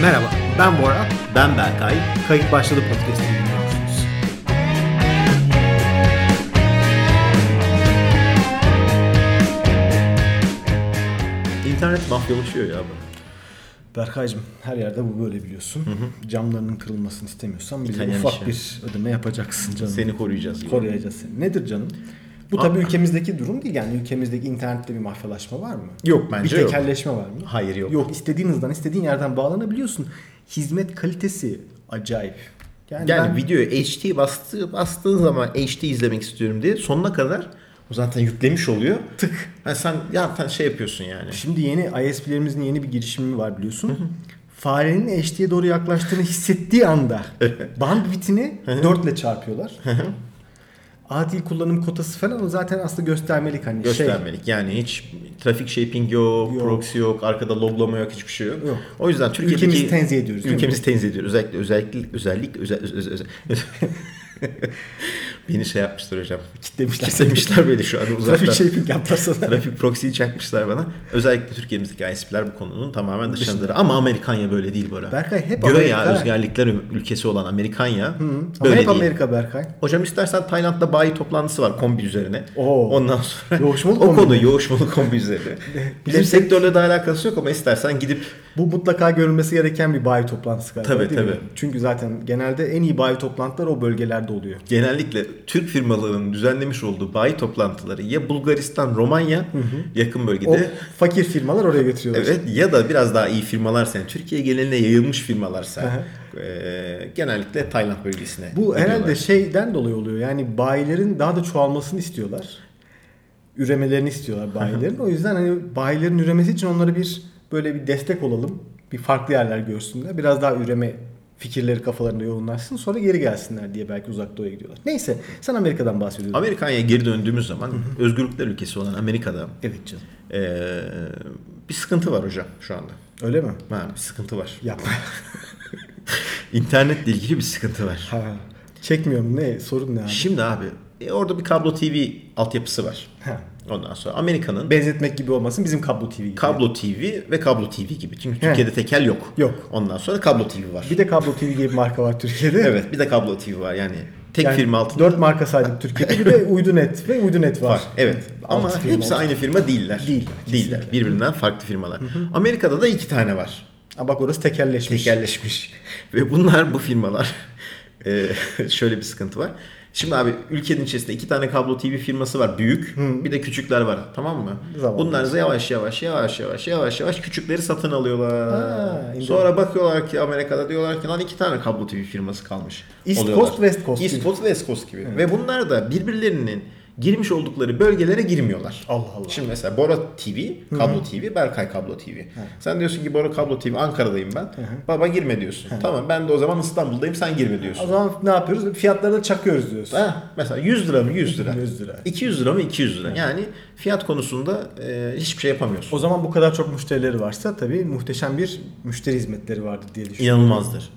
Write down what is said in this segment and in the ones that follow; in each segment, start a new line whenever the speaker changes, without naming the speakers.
Merhaba, ben Bora.
Ben Berkay.
Kayıt başladı podcast'ini dinliyorsunuz.
İnternet mafyalaşıyor ya bu.
Berkaycığım her yerde bu böyle biliyorsun. Camlarının kırılmasını istemiyorsan bize
İtalyan
ufak
işi.
bir ödeme yapacaksın canım.
Seni koruyacağız. gibi.
koruyacağız seni. Nedir canım? Bu tabii ülkemizdeki durum değil. Yani ülkemizdeki internette bir mafyalaşma var mı?
Yok, bence
Bir
yok.
tekelleşme var mı?
Hayır, yok.
Yok istediğin hızdan istediğin yerden bağlanabiliyorsun. Hizmet kalitesi acayip. Yani,
Yani
ben-
videoyu HD bastı, bastığın zaman HD izlemek istiyorum diye sonuna kadar o zaten yüklemiş oluyor. Tık. Ha sen ya sen şey yapıyorsun yani.
Şimdi yeni ISP'lerimizin yeni bir girişimi var biliyorsun. Farenin HD'ye doğru yaklaştığını hissettiği anda bandwidthini 4 ile çarpıyorlar. Adil kullanım kotası falan o zaten aslında göstermelik hani şey.
Göstermelik. Yani hiç trafik shaping yok,
Yok.
proxy yok, arkada loglama yok, hiçbir şey yok.
Yok.
O yüzden Türkiye'deki
Ülkemizi tenzih ediyoruz, değil mi?
Ülkemizi tenzih ediyoruz. Özellikle özellikle özellikle özel, özel, özel- Beni şey yapmışlar hocam.
Kitlemişler. şey
Kitlemişler beni şu an uzaktan.
Trafik shaping yaptılar sana.
Trafik proxy'yi çakmışlar bana. Özellikle Türkiye'mizdeki ISP'ler bu konunun tamamen dışındadır. Ama Amerikanya böyle değil böyle.
Berkay hep
Göğe
Amerika.
ya özgürlükler ülkesi olan Amerikanya
Ama
böyle
hep
değil.
Amerika Berkay.
Hocam istersen Tayland'da bayi toplantısı var kombi üzerine.
Oo.
Ondan sonra
Yoğuşmalı
o
kombi
konu
mi?
yoğuşmalı kombi üzerine. Bizim
Bizim-
sektörle de alakası yok ama istersen gidip
Bu mutlaka görülmesi gereken bir bayi toplantısı galiba
Tabii,
değil mi?
tabii.
Çünkü zaten genelde en iyi bayi toplantılar o bölgelerde oluyor.
genellikle Türk firmalarının düzenlemiş olduğu bayi toplantıları ya Bulgaristan, Romanya yakın bölgede
O fakir firmalar oraya götürüyorlar.
Evet ya da biraz daha iyi firmalarsa yani Türkiye geneline yayılmış firmalarsa
Aha.
e, genellikle Tayland bölgesine.
Bu
gidiyorlar.
herhalde şeyden dolayı oluyor. Yani bayilerin daha da çoğalmasını istiyorlar. Üremelerini istiyorlar bayilerin. o yüzden hani bayilerin üremesi için onlara bir böyle bir destek olalım. Bir farklı yerler görsünler. Biraz daha üreme fikirleri kafalarında yoğunlaşsın. Sonra geri gelsinler diye belki uzak doğuya gidiyorlar. Neyse sen Amerika'dan bahsediyordun.
Amerika'ya geri döndüğümüz zaman özgürlükler ülkesi olan Amerika'da
evet canım.
e, bir sıkıntı var hocam şu anda.
Öyle mi?
Ha, bir sıkıntı var.
Yapma.
İnternetle ilgili bir sıkıntı var.
ha. Çekmiyorum ne? Sorun ne abi?
Şimdi abi e, orada bir kablo TV altyapısı var.
Ha.
Ondan sonra Amerika'nın
Benzetmek gibi olmasın bizim kablo TV gibi.
kablo TV ve kablo TV gibi. Çünkü
He.
Türkiye'de tekel yok.
Yok.
Ondan sonra kablo TV var.
Bir de kablo TV gibi bir marka var Türkiye'de.
evet bir de kablo TV var yani tek
Yani
firma altında.
4 marka saydık Türkiye'de. Bir de Uydunet ve Uydunet var.
Var. Evet. Ama
Altı firma
hepsi
oldu.
aynı firma değiller.
Değil,
Değiller.
kesinlikle.
Birbirinden farklı firmalar. Amerika'da da iki tane var.
Aa, bak orası tekelleşmiş.
Tekelleşmiş. Ve bunlar bu firmalar. Ee, şöyle bir sıkıntı var. Şimdi abi ülkenin içerisinde iki tane kablo TV firması var büyük. Bir de küçükler var. Tamam mı?
Zavallı.
Bunlar da yavaş yavaş yavaş yavaş yavaş yavaş küçükleri satın alıyorlar.
Ha, indim.
Sonra bakıyorlar ki Amerika'da diyorlar ki lan iki tane kablo TV firması kalmış.
East
Oluyorlar.
Coast, West Coast
East
gibi.
Coast West Coast gibi. Ve bunlar da birbirlerinin girmiş oldukları bölgelere girmiyorlar.
Allah Allah.
Şimdi mesela Bora TV, Kablo TV, Berkay Kablo TV. Sen diyorsun ki Bora Kablo TV Ankara'dayım ben. Baba girme diyorsun. Tamam ben de o zaman İstanbul'dayım sen girme diyorsun.
O zaman ne yapıyoruz? Fiyatları da çakıyoruz diyoruz.
Ha, mesela 100 lira mı 100 lira?
100 lira.
200 lira mı 200 lira? Yani fiyat konusunda e, hiçbir şey yapamıyorsun.
O zaman bu kadar çok müşterileri varsa tabii muhteşem bir müşteri hizmetleri vardır diye düşünüyorum.
İnanılmazdır.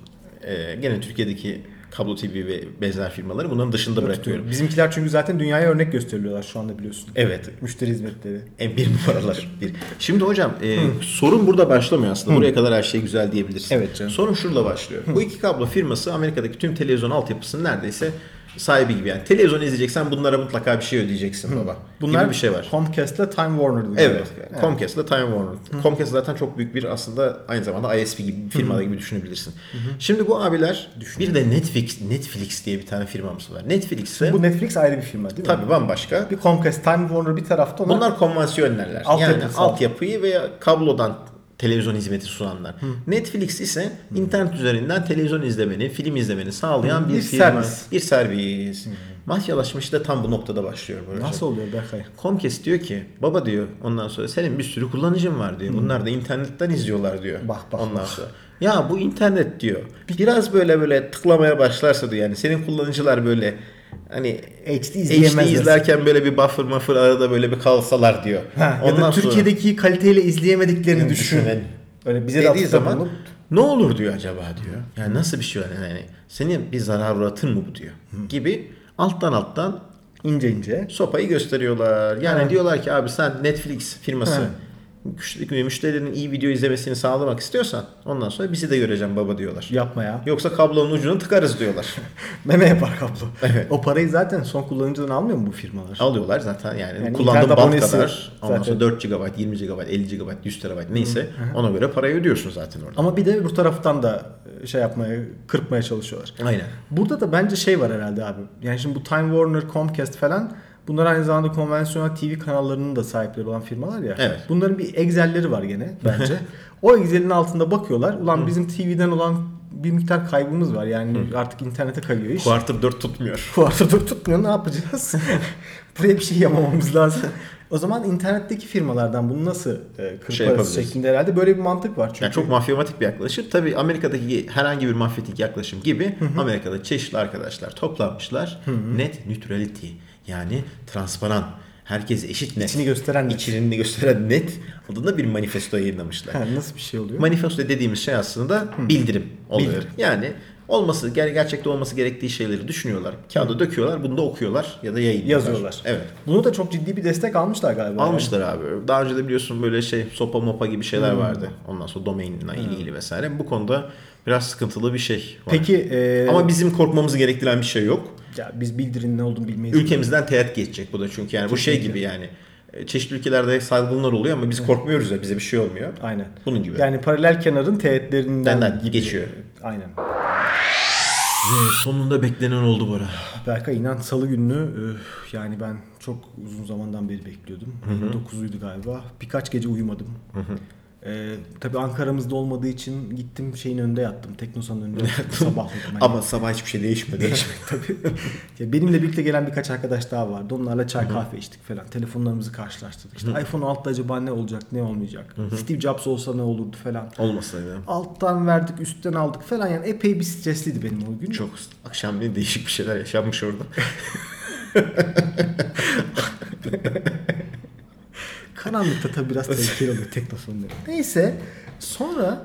E, gene Türkiye'deki Kablo TV ve benzer firmaları bunların dışında bırakıyorum.
Bizimkiler çünkü zaten dünyaya örnek gösteriliyorlar şu anda biliyorsun.
Evet.
Müşteri hizmetleri.
En E, bir numaralar. Bir. Şimdi hocam e, sorun burada başlamıyor aslında. Buraya kadar her şey güzel diyebilirsin.
Evet canım.
Sorun şurada başlıyor. Bu iki kablo firması Amerika'daki tüm televizyon altyapısının neredeyse sahibi gibi. Yani televizyon izleyeceksen bunlara mutlaka bir şey ödeyeceksin baba. Bunlar
Bunlar
gibi bir şey var.
Comcast'la Time Warner diyorlar.
Evet. Comcast ile Time Warner. Comcast zaten çok büyük bir aslında aynı zamanda ISP gibi bir firma gibi düşünebilirsin. Şimdi bu abiler bir de Netflix Netflix diye bir tane firmamız var. Netflix'e
Bu Netflix ayrı bir firma değil mi?
tabii bambaşka.
Bir Comcast, Time Warner bir tarafta onlar.
Bunlar konvansiyoneller. yani
Altyapısal.
altyapıyı veya kablodan televizyon hizmeti sunanlar. Netflix ise internet üzerinden televizyon izlemeni, film izlemeni sağlayan
Hı,
bir,
bir
firma,
servis.
bir servis. Mafyalaşmış da tam bu noktada başlıyor bu hocam.
Nasıl oluyor Berkay?
Comcast diyor ki baba diyor ondan sonra senin bir sürü kullanıcın var diyor. Bunlar da internetten izliyorlar diyor.
Bak, bak,
Ondan sonra ya bu internet diyor. Biraz böyle böyle tıklamaya başlarsa diyor yani senin kullanıcılar böyle hani
HD
HD
izleyemezler.
izlerken böyle bir buffer muffer arada böyle bir kalsalar diyor.
Ha, ya
Ondan sonra
da Türkiye'deki kaliteyle izleyemediklerini düşün.
düşünün.
Öyle bize de
dediği
atıfta
zaman
bulunup-
ne olur diyor acaba diyor. Yani nasıl bir şey var yani seni bir zarar uğratır mı bu diyor gibi alttan alttan
ince ince.
sopayı gösteriyorlar. Yani diyorlar ki abi sen Netflix firması
Ha.
müşteri- müşterilerin iyi video izlemesini sağlamak istiyorsan ondan sonra bizi de göreceğim baba diyorlar.
Yapma ya.
Yoksa kablonun ucunu tıkarız diyorlar.
Meme yapar kablo.
Evet.
O parayı zaten son kullanıcıdan alıyor mu bu firmalar?
Alıyorlar zaten yani,
Yani
kullandığın
internet
band
abonesi
kadar ondan
zaten.
sonra 4 GB, 20 GB, 50 GB, 100 TB neyse ona göre parayı ödüyorsun zaten orada.
Ama bir de bu taraftan da şey yapmaya, kırpmaya çalışıyorlar.
Aynen.
Burada da bence şey var herhalde abi. Yani şimdi bu Time Warner, Comcast falan bunlar aynı zamanda konvansiyonel TV kanallarının da sahipleri olan firmalar ya.
Evet.
Bunların bir Excel'leri var gene bence. o Excel'in altında bakıyorlar. Ulan bizim TV'den olan bir miktar kaybımız var. Yani artık internete kayıyor iş.
Quarter 4 tutmuyor.
Kuartador tutmuyor ne yapacağız? Buraya bir şey yapmamamız lazım. O zaman internetteki firmalardan bunu nasıl e, kırparız
Şey yapabiliriz.
şeklinde herhalde böyle bir mantık var. Çünkü
Yani çok mafyamatik bir yaklaşım. Tabii Amerika'daki herhangi bir mafyatik yaklaşım gibi Amerika'da çeşitli arkadaşlar toplanmışlar. Net neutrality yani transparan. Herkes eşit net.
İçini gösteren net.
İçini gösteren net adında bir manifesto yayınlamışlar.
Ha, nasıl bir şey oluyor?
Manifesto dediğimiz şey aslında bildirim oluyor.
Bildirim.
Yani olması ger- gerçekte olması gerektiği şeyleri düşünüyorlar. Kağıda döküyorlar, bunu da okuyorlar ya da yayınlıyorlar.
Yazıyorlar.
Evet.
Bunu da çok ciddi bir destek almışlar galiba.
Almışlar abi. Daha önce de biliyorsun böyle şey sopa mopa gibi şeyler vardı. Ondan sonra domainle ilgili vesaire. Bu konuda biraz sıkıntılı bir şey var.
Peki e,
Ama bizim korkmamızı gerektiren bir şey yok.
ya biz bildirin ne olduğunu bilmeyiz.
Ülkemizden teğet geçecek bu da çünkü yani bu şey gibi yani. e, Çeşitli ülkelerde salgınlar oluyor ama biz korkmuyoruz ya bize bir şey olmuyor.
Aynen.
Bunun gibi.
Yani paralel kenarın teğetlerinden
Benden
gibi.
geçiyor.
Aynen.
Ve sonunda beklenen oldu Bora.
Berkay inan salı gününü öf, yani ben çok uzun zamandan beri bekliyordum. 9'uydu galiba. Birkaç gece uyumadım. Ee, tabii Ankara'mızda olmadığı için gittim şeyin önünde yattım. Teknosa'nın önünde yattım. Sabahladım. hani.
Ama sabah hiçbir şey değişmedi.
Tabii. Ya benimle birlikte gelen birkaç arkadaş daha vardı. Onlarla çay kahve içtik falan. Telefonlarımızı karşılaştırdık. İşte iPhone 6'da acaba ne olacak ne olmayacak. Steve Jobs olsa ne olurdu falan.
Olmasaydı.
Alttan verdik üstten aldık falan. Yani epey bir stresliydi benim o gün.
Çok akşam ne değişik bir şeyler yaşanmış orada.
Karanlıkta tabii biraz tehlikeli oluyor teknofonları. Neyse sonra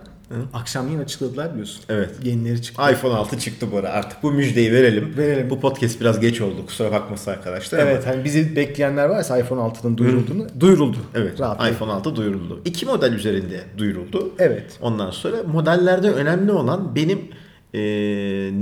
akşamleyin açıkladılar biliyorsun.
Evet.
Yenileri çıktı.
iPhone 6 çıktı Bora. Artık bu müjdeyi verelim.
Verelim.
Bu podcast biraz geç oldu. Kusura bakmasın arkadaşlar. ama-
Evet hani bizi bekleyenler varsa iPhone 6'nın duyurulduğunu duyuruldu.
Evet.
Rahat.
iPhone 6 duyuruldu. İki model üzerinde duyuruldu.
Evet.
Ondan sonra modellerde önemli olan benim e,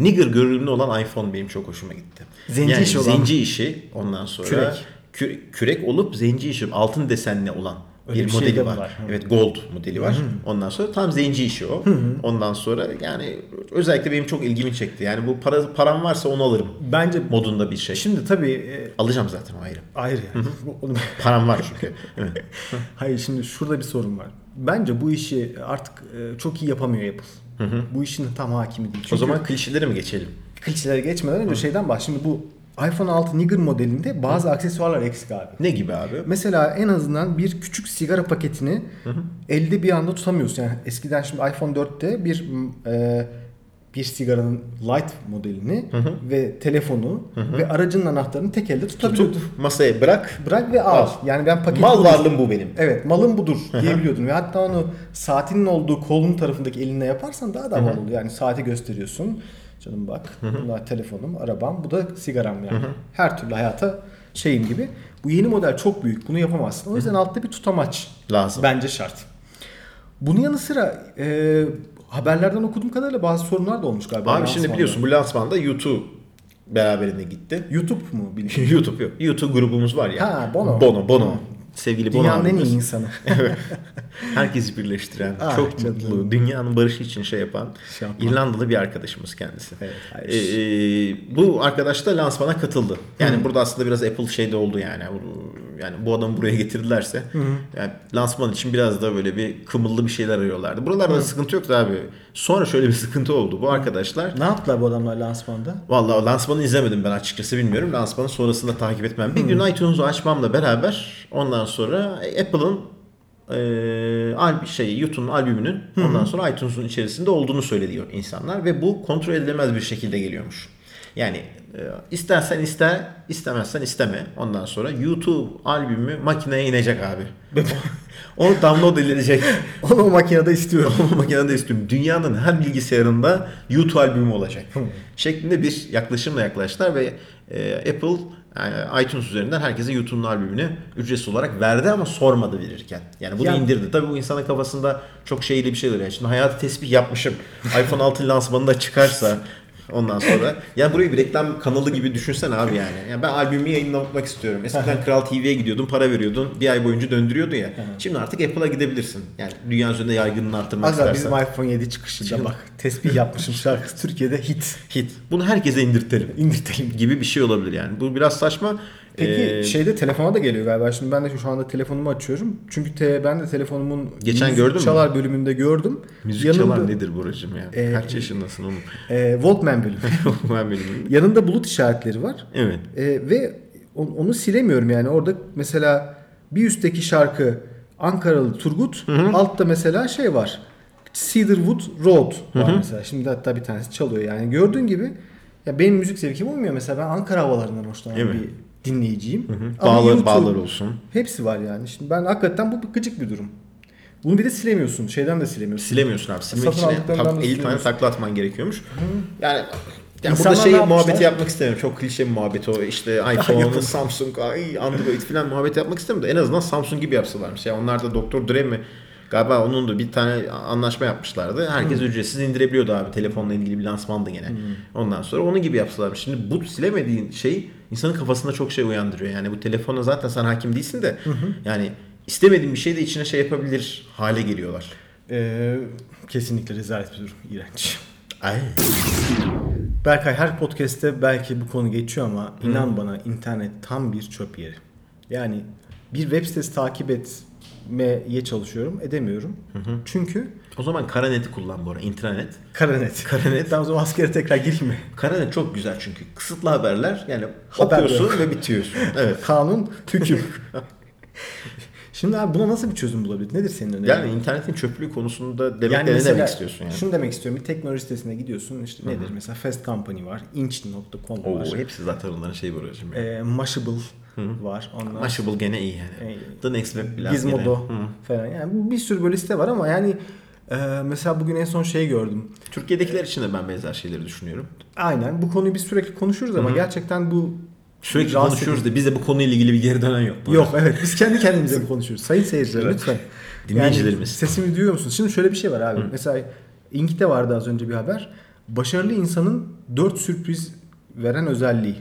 nigger görünümlü olan iPhone benim çok hoşuma gitti.
Zenci
yani
işi olan-
Zenci işi ondan sonra
Kürek.
kü- kürek olup zenci işi altın desenli olan
Öyle
bir,
bir şey
modeli
de
var.
var.
Evet gold modeli var. Ondan sonra tam zenci işi o. Ondan sonra yani özellikle benim çok ilgimi çekti. Yani bu para param varsa onu alırım
Bence
modunda bir şey.
şimdi tabii e,
Alacağım zaten o ayrı.
ayrı yani. Onu-
Param var çünkü. Evet.
Hayır şimdi şurada bir sorun var. Bence bu işi artık e, çok iyi yapamıyor Apple. Bu işin tam hakimi değil. Çünkü
o zaman klişelere mi geçelim?
klişelere geçmeden önce şeyden bak. Şimdi bu iPhone 6 Nigger modelinde bazı aksesuarlar eksik abi.
Ne gibi abi?
Mesela en azından bir küçük sigara paketini elde bir anda tutamıyorsun. Yani eskiden şimdi iPhone 4'te bir m, e, bir sigaranın light modelini ve telefonu ve aracın anahtarını tek elde tutabiliyordun.
Tutup masaya bırak.
Bırak ve al.
Al.
Yani ben paketi
Mal varlığım bu benim.
Evet malın budur diyebiliyordun ve hatta onu saatinin olduğu kolun tarafındaki elinle yaparsan daha da havalı oluyor. Yani saati gösteriyorsun. Canım bak bunlar telefonum, arabam, bu da sigaram yani. Her türlü hayata şeyim gibi. Bu yeni model çok büyük bunu yapamazsın. O yüzden altta bir tutamaç
Lazım.
bence şart. Bunun yanı sıra e, haberlerden okuduğum kadarıyla bazı sorunlar da olmuş galiba.
Abi şimdi
lansmanda.
biliyorsun bu lansmanda YouTube beraberinde gitti.
YouTube mu bilmiyorum.
YouTube yok. YouTube grubumuz var ya.
Ha, Bono.
Bono, Bono. Sevgili Bono
Dünyanın en iyi
abimiz.
insanı.
Herkesi birleştiren,
Ah,
çok
canım.
mutlu, dünyanın barışı için şey yapan
Şey yapan.
İrlandalı bir arkadaşımız kendisi.
Evet, Irish.
Ee, e, bu arkadaş da lansmana katıldı. Yani burada aslında biraz Apple şey de oldu yani. Bu- Yani bu adamı buraya getirdilerse yani lansman için biraz da böyle bir kımıllı bir şeyler arıyorlardı. Buralarda sıkıntı yoktu abi. Sonra şöyle bir sıkıntı oldu. Bu arkadaşlar
ne yaptılar bu adamlar lansmanda?
Vallahi lansmanı izlemedim ben açıkçası bilmiyorum. Lansmanı sonrasında takip etmem. Bir gün iTunes'u açmamla beraber ondan sonra e, Apple'ın eee albi şey YouTube'un albümünün ondan sonra iTunes'un içerisinde olduğunu söylüyor insanlar ve bu kontrol edilemez bir şekilde geliyormuş. Yani e, istersen iste, istemezsen isteme. Ondan sonra YouTube albümü makineye inecek abi. Onu download edilecek.
Onu o makinede istiyorum.
Ama makinede istiyorum. Dünyanın her bilgisayarında YouTube albümü olacak. şeklinde bir yaklaşımla yaklaştılar ve e, Apple Yani iTunes üzerinden herkese YouTube'un albümünü ücretsiz olarak verdi ama sormadı verirken. Yani bunu
Ya-
indirdi. Tabii bu insanın kafasında çok şeyli bir şey oluyor. Yani şimdi hayatı tespih yapmışım. iPhone 6 lansmanında çıkarsa ondan sonra. Yani burayı bir reklam kanalı gibi düşünsen abi yani. yani ben albümü yayınlamak istiyorum. Eskiden Kral TV'ye gidiyordun, para veriyordun. Bir ay boyunca döndürüyordu ya. Şimdi artık Apple'a gidebilirsin. Yani dünya üzerinde yaygınlığını artırmak
Aga
istersen.
bizim iPhone 7 çıkışında
Çıkın.
bak tespih yapmışım şarkısı Türkiye'de hit.
Hit. Bunu herkese indirtelim.
İndirtelim.
gibi bir şey olabilir yani. Bu biraz saçma.
Peki şey,
Ee,
şeyde telefona da geliyor galiba. Şimdi ben de şu anda telefonumu açıyorum. Çünkü te, ben de telefonumun
Geçen
müzik
gördün mü?
çalar bölümünde gördüm.
müzik
Yanında-
çalan nedir Buracığım ya?
Ee,
Kaç yaşındasın oğlum?
E, Walkman bölümü.
ben benim.
Yanında bulut işaretleri var.
Evet.
E, ve on- onu silemiyorum yani. Orada mesela bir üstteki şarkı Ankaralı Turgut, altta mesela şey var. Cedarwood Road var mesela. Şimdi hatta bir tanesi çalıyor yani. Gördüğün gibi ya benim müzik zevkim olmuyor mesela. Ben Ankara havalarından hoşlanan
Evet.
bir dinleyiciyim. Ama
Bağlar,
YouTube-
bağlar olsun.
Hepsi var yani. Şimdi ben hakikaten bu bir gıcık bir durum. Bunu bir de silemiyorsun. Şeyden de silemiyorsun.
Silemiyorsun abi. Silmek
Satın
için
aldıklarından da
tak, 50 tane
silemiyorsun.
takla atman gerekiyormuş. Yani yani
İnsanlar
burada şey
ne yapmışlar?
muhabbeti yapmak istemiyorum. Çok klişe bir muhabbet o işte iPhone, Samsung, ay, Android falan muhabbet yapmak istemiyorum. da En azından Samsung gibi yapsalarmış. Ya onlar da Doktor Dre mi galiba onun da bir tane anlaşma yapmışlardı. Herkes ücretsiz indirebiliyordu abi. Telefonla ilgili bir lansmandı gene. Ondan sonra onun gibi yapsalarmış. Şimdi bu silemediğin şey insanın kafasında çok şey uyandırıyor. Yani bu telefona zaten sen hakim değilsin de yani istemediğin bir şey de içine şey yapabilir hale geliyorlar.
Ee, kesinlikle rezalet bir durum. İğrenç.
Ay.
Berkay her podcast'te belki bu konu geçiyor ama inan bana internet tam bir çöp yeri. Yani bir web sitesi takip etmeye çalışıyorum. Edemiyorum. Çünkü
O zaman Karanet'i kullan bu ara. İntranet.
Karanet.
Karanet.
Daha sonra askere tekrar girme.
Karanet çok güzel çünkü. Kısıtlı haberler. Yani
Haber
okuyorsun ve bitiyorsun. Evet.
Kanun, hüküm. Şimdi abi buna nasıl bir çözüm bulabilir? Nedir senin önerin?
Yani internetin çöplüğü konusunda demek
Yani
de ne
mesela
demek istiyorsun yani?
Şunu demek istiyorum. Bir teknoloji sitesine gidiyorsun. İşte nedir? Mesela Fast Company var. Inch.com
Oo,
var.
hepsi zaten onların şey var hocam. ya.
E, Mashable var. Onlar
Mashable gene iyi yani.
E,
The Next Web Plus
Gizmodo
gene. Hı.
falan. Yani bir sürü böyle site var ama yani e, mesela bugün en son şey gördüm.
Türkiye'dekiler için de ben benzer şeyleri düşünüyorum.
Aynen bu konuyu biz sürekli konuşuyoruz ama gerçekten bu
Sürekli
Rahatsız
konuşuyoruz da bize bu konuyla ilgili bir geri dönen yok. bu
Yok
arada.
evet biz kendi kendimize mi konuşuyoruz? Sayın seyirciler lütfen.
Dinleyicilerimiz.
Yani sesimi duyuyor musunuz? Şimdi şöyle bir şey var abi. Mesela İngil'de vardı az önce bir haber. Başarılı insanın 4 sürpriz veren özelliği.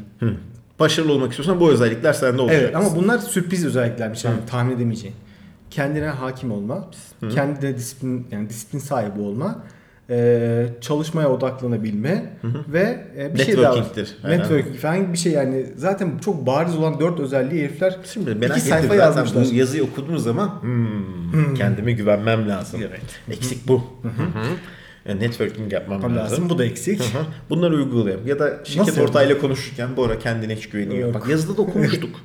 Başarılı olmak istiyorsan bu özellikler sende olacak.
Evet ama bunlar sürpriz özelliklermiş yani tahmin edemeyeceğin. Kendine hakim olma, kendine disiplin yani disiplin sahibi olma, e, çalışmaya odaklanabilme ve e, bir şey daha var.
Networking'tir. Aynen.
Networking falan bir şey yani zaten çok bariz olan dört özelliği herifler
Şimdi
iki
merak ettim
sayfa
zaten
yazmışlar.
bu yazıyı okuduğum zaman "Hmm, kendime güvenmem lazım. Eksik bu. Hı hı. Networking yapmam
Tamam
lazım.
lazım. Bu da eksik.
Hı hı. Bunları uygulayalım. Ya da şirket
Nasıl
ortağıyla konuşurken bu ara kendine hiç güveni yok.
Yok.
Bak yazıda da konuştuk.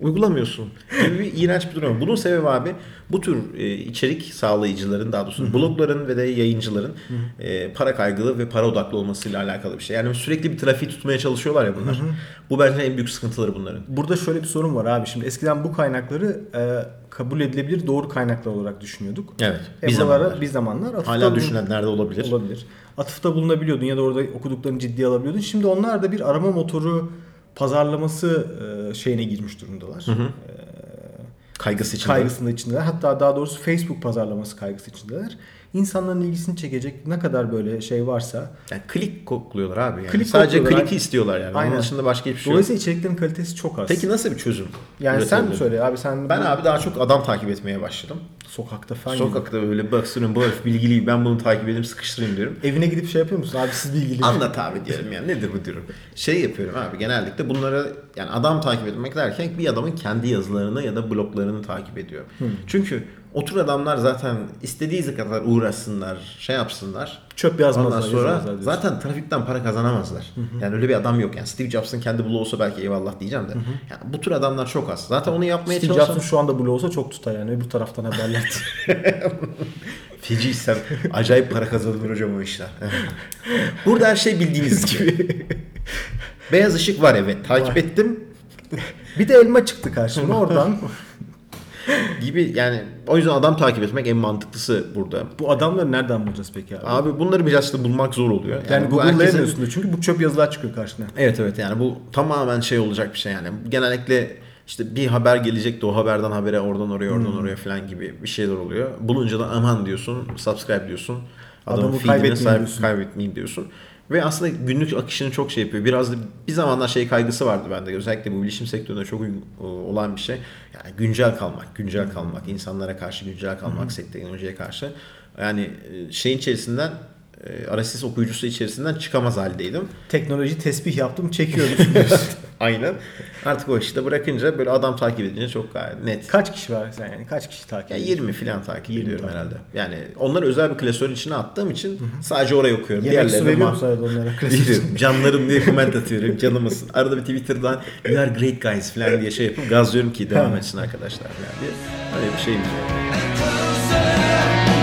Uygulamıyorsun. Gibi bir iğrenç bir durum. var. Bunun sebebi abi bu tür e, içerik sağlayıcıların daha doğrusu blogların ve de yayıncıların e, para kaygılı ve para odaklı olmasıyla alakalı bir şey. Yani sürekli bir trafiği tutmaya çalışıyorlar ya bunlar. Bu bence en büyük sıkıntıları bunların.
Burada şöyle bir sorun var abi şimdi eskiden bu kaynakları e, kabul edilebilir doğru kaynaklar olarak düşünüyorduk.
Evet.
E,
Bir
buralara-
zamanlar.
bir zamanlar atıfta
Hala
bulun-
düşünenler de olabilir.
olabilir. Atıfta bulunabiliyordun ya da orada okuduklarını ciddiye alabiliyordun. Şimdi onlar da bir arama motoru pazarlaması e, şeyine girmiş durumdalar.
Kaygısı için.
Kaygısında içindeler. Hatta daha doğrusu Facebook pazarlaması kaygısı içindeler. İnsanların ilgisini çekecek ne kadar böyle şey varsa.
Yani klik kokluyorlar abi. Yani.
Klik
Sadece
kokluyorlar.
kliki istiyorlar yani.
Aynen.
Onun dışında başka hiçbir şey yok.
Dolayısıyla içeriklerin kalitesi çok az.
Peki nasıl bir çözüm?
yani sen
üretilebilir?
mi söyle abi sen
Ben
bu
abi daha çok adam takip etmeye başladım.
sokakta falan
Sokakta böyle baksırıyorum bu herif bilgili ben bunu takip edeyim sıkıştırayım diyorum.
Evine gidip şey yapıyor musun? Abi siz bilgili.
Anlat abi diyorum yani nedir bu durum. Şey yapıyorum abi genellikle bunlara yani adam takip etmek derken bir adamın kendi yazılarını ya da bloglarını takip ediyor.
Hmm.
Çünkü otur adamlar zaten istediği kadar uğraşsınlar şey yapsınlar.
Çöp yazmazlar.
Ondan sonra
yazmazlar diyorsun.
zaten trafikten para kazanamazlar. Yani öyle bir adam yok yani. Steve Jobs'ın kendi bloğu olsa belki eyvallah diyeceğim de. Yani bu tür adamlar çok az. Zaten onu yapmaya
Steve
çalışan
Jobs'un şu anda blue olsa çok tutar yani. Öbür taraftan haberler.
Feci isem acayip para kazanılır hocam o işler. Burada her şey bildiğiniz gibi. Beyaz ışık var evet takip ettim.
bir de elma çıktı karşıma oradan.
gibi yani o yüzden adam takip etmek en mantıklısı burada.
Bu adamları nereden bulacağız peki abi?
Abi bunları biraz aslında bulmak zor oluyor.
yani
bu
Google'layamıyorsun
herkesin-
diyor. Çünkü bu çöp yazılar çıkıyor karşına.
Evet evet yani bu tamamen şey olacak bir şey yani. Genellikle işte bir haber gelecek de o haberden habere oradan oraya oradan
Hmm.
oraya falan gibi bir şeyler oluyor. Bulunca da aman diyorsun, subscribe diyorsun. Adamın
Adamı
feedine
kaybetmeyeyim
sahip-
diyorsun.
kaybetmeyeyim diyorsun. Ve aslında günlük akışını çok şey yapıyor. Biraz da bir zamanlar şey kaygısı vardı bende. Özellikle bu bilişim sektöründe çok uygun- e, olan bir şey. Yani güncel kalmak,
Hmm.
güncel kalmak, insanlara karşı güncel kalmak, teknolojiye karşı. Yani e, şeyin içerisinden e, RSS okuyucusu içerisinden çıkamaz haldeydim.
Teknoloji tesbih yaptım çekiyorum diyorsun.
Aynen. Artık o işi de bırakınca böyle adam takip edince çok gayet net.
kaç kişi var sen yani? Kaç kişi takip
Ya
ediyor?
20 falan takip
20
ediyorum
takip.
herhalde. Yani onları özel bir klasörün içine attığım için sadece oraya okuyorum.
Yemek su
Diğerlerine
veriyor
ma-
musun arada onlara?
Veriyorum. Canlarım diye koment atıyorum. Canımısın. Arada bir Twitter'dan you are great guys falan diye şey yapıp gazlıyorum ki devam etsin arkadaşlar falan diye. Öyle bir şeyimiz var.
Closer,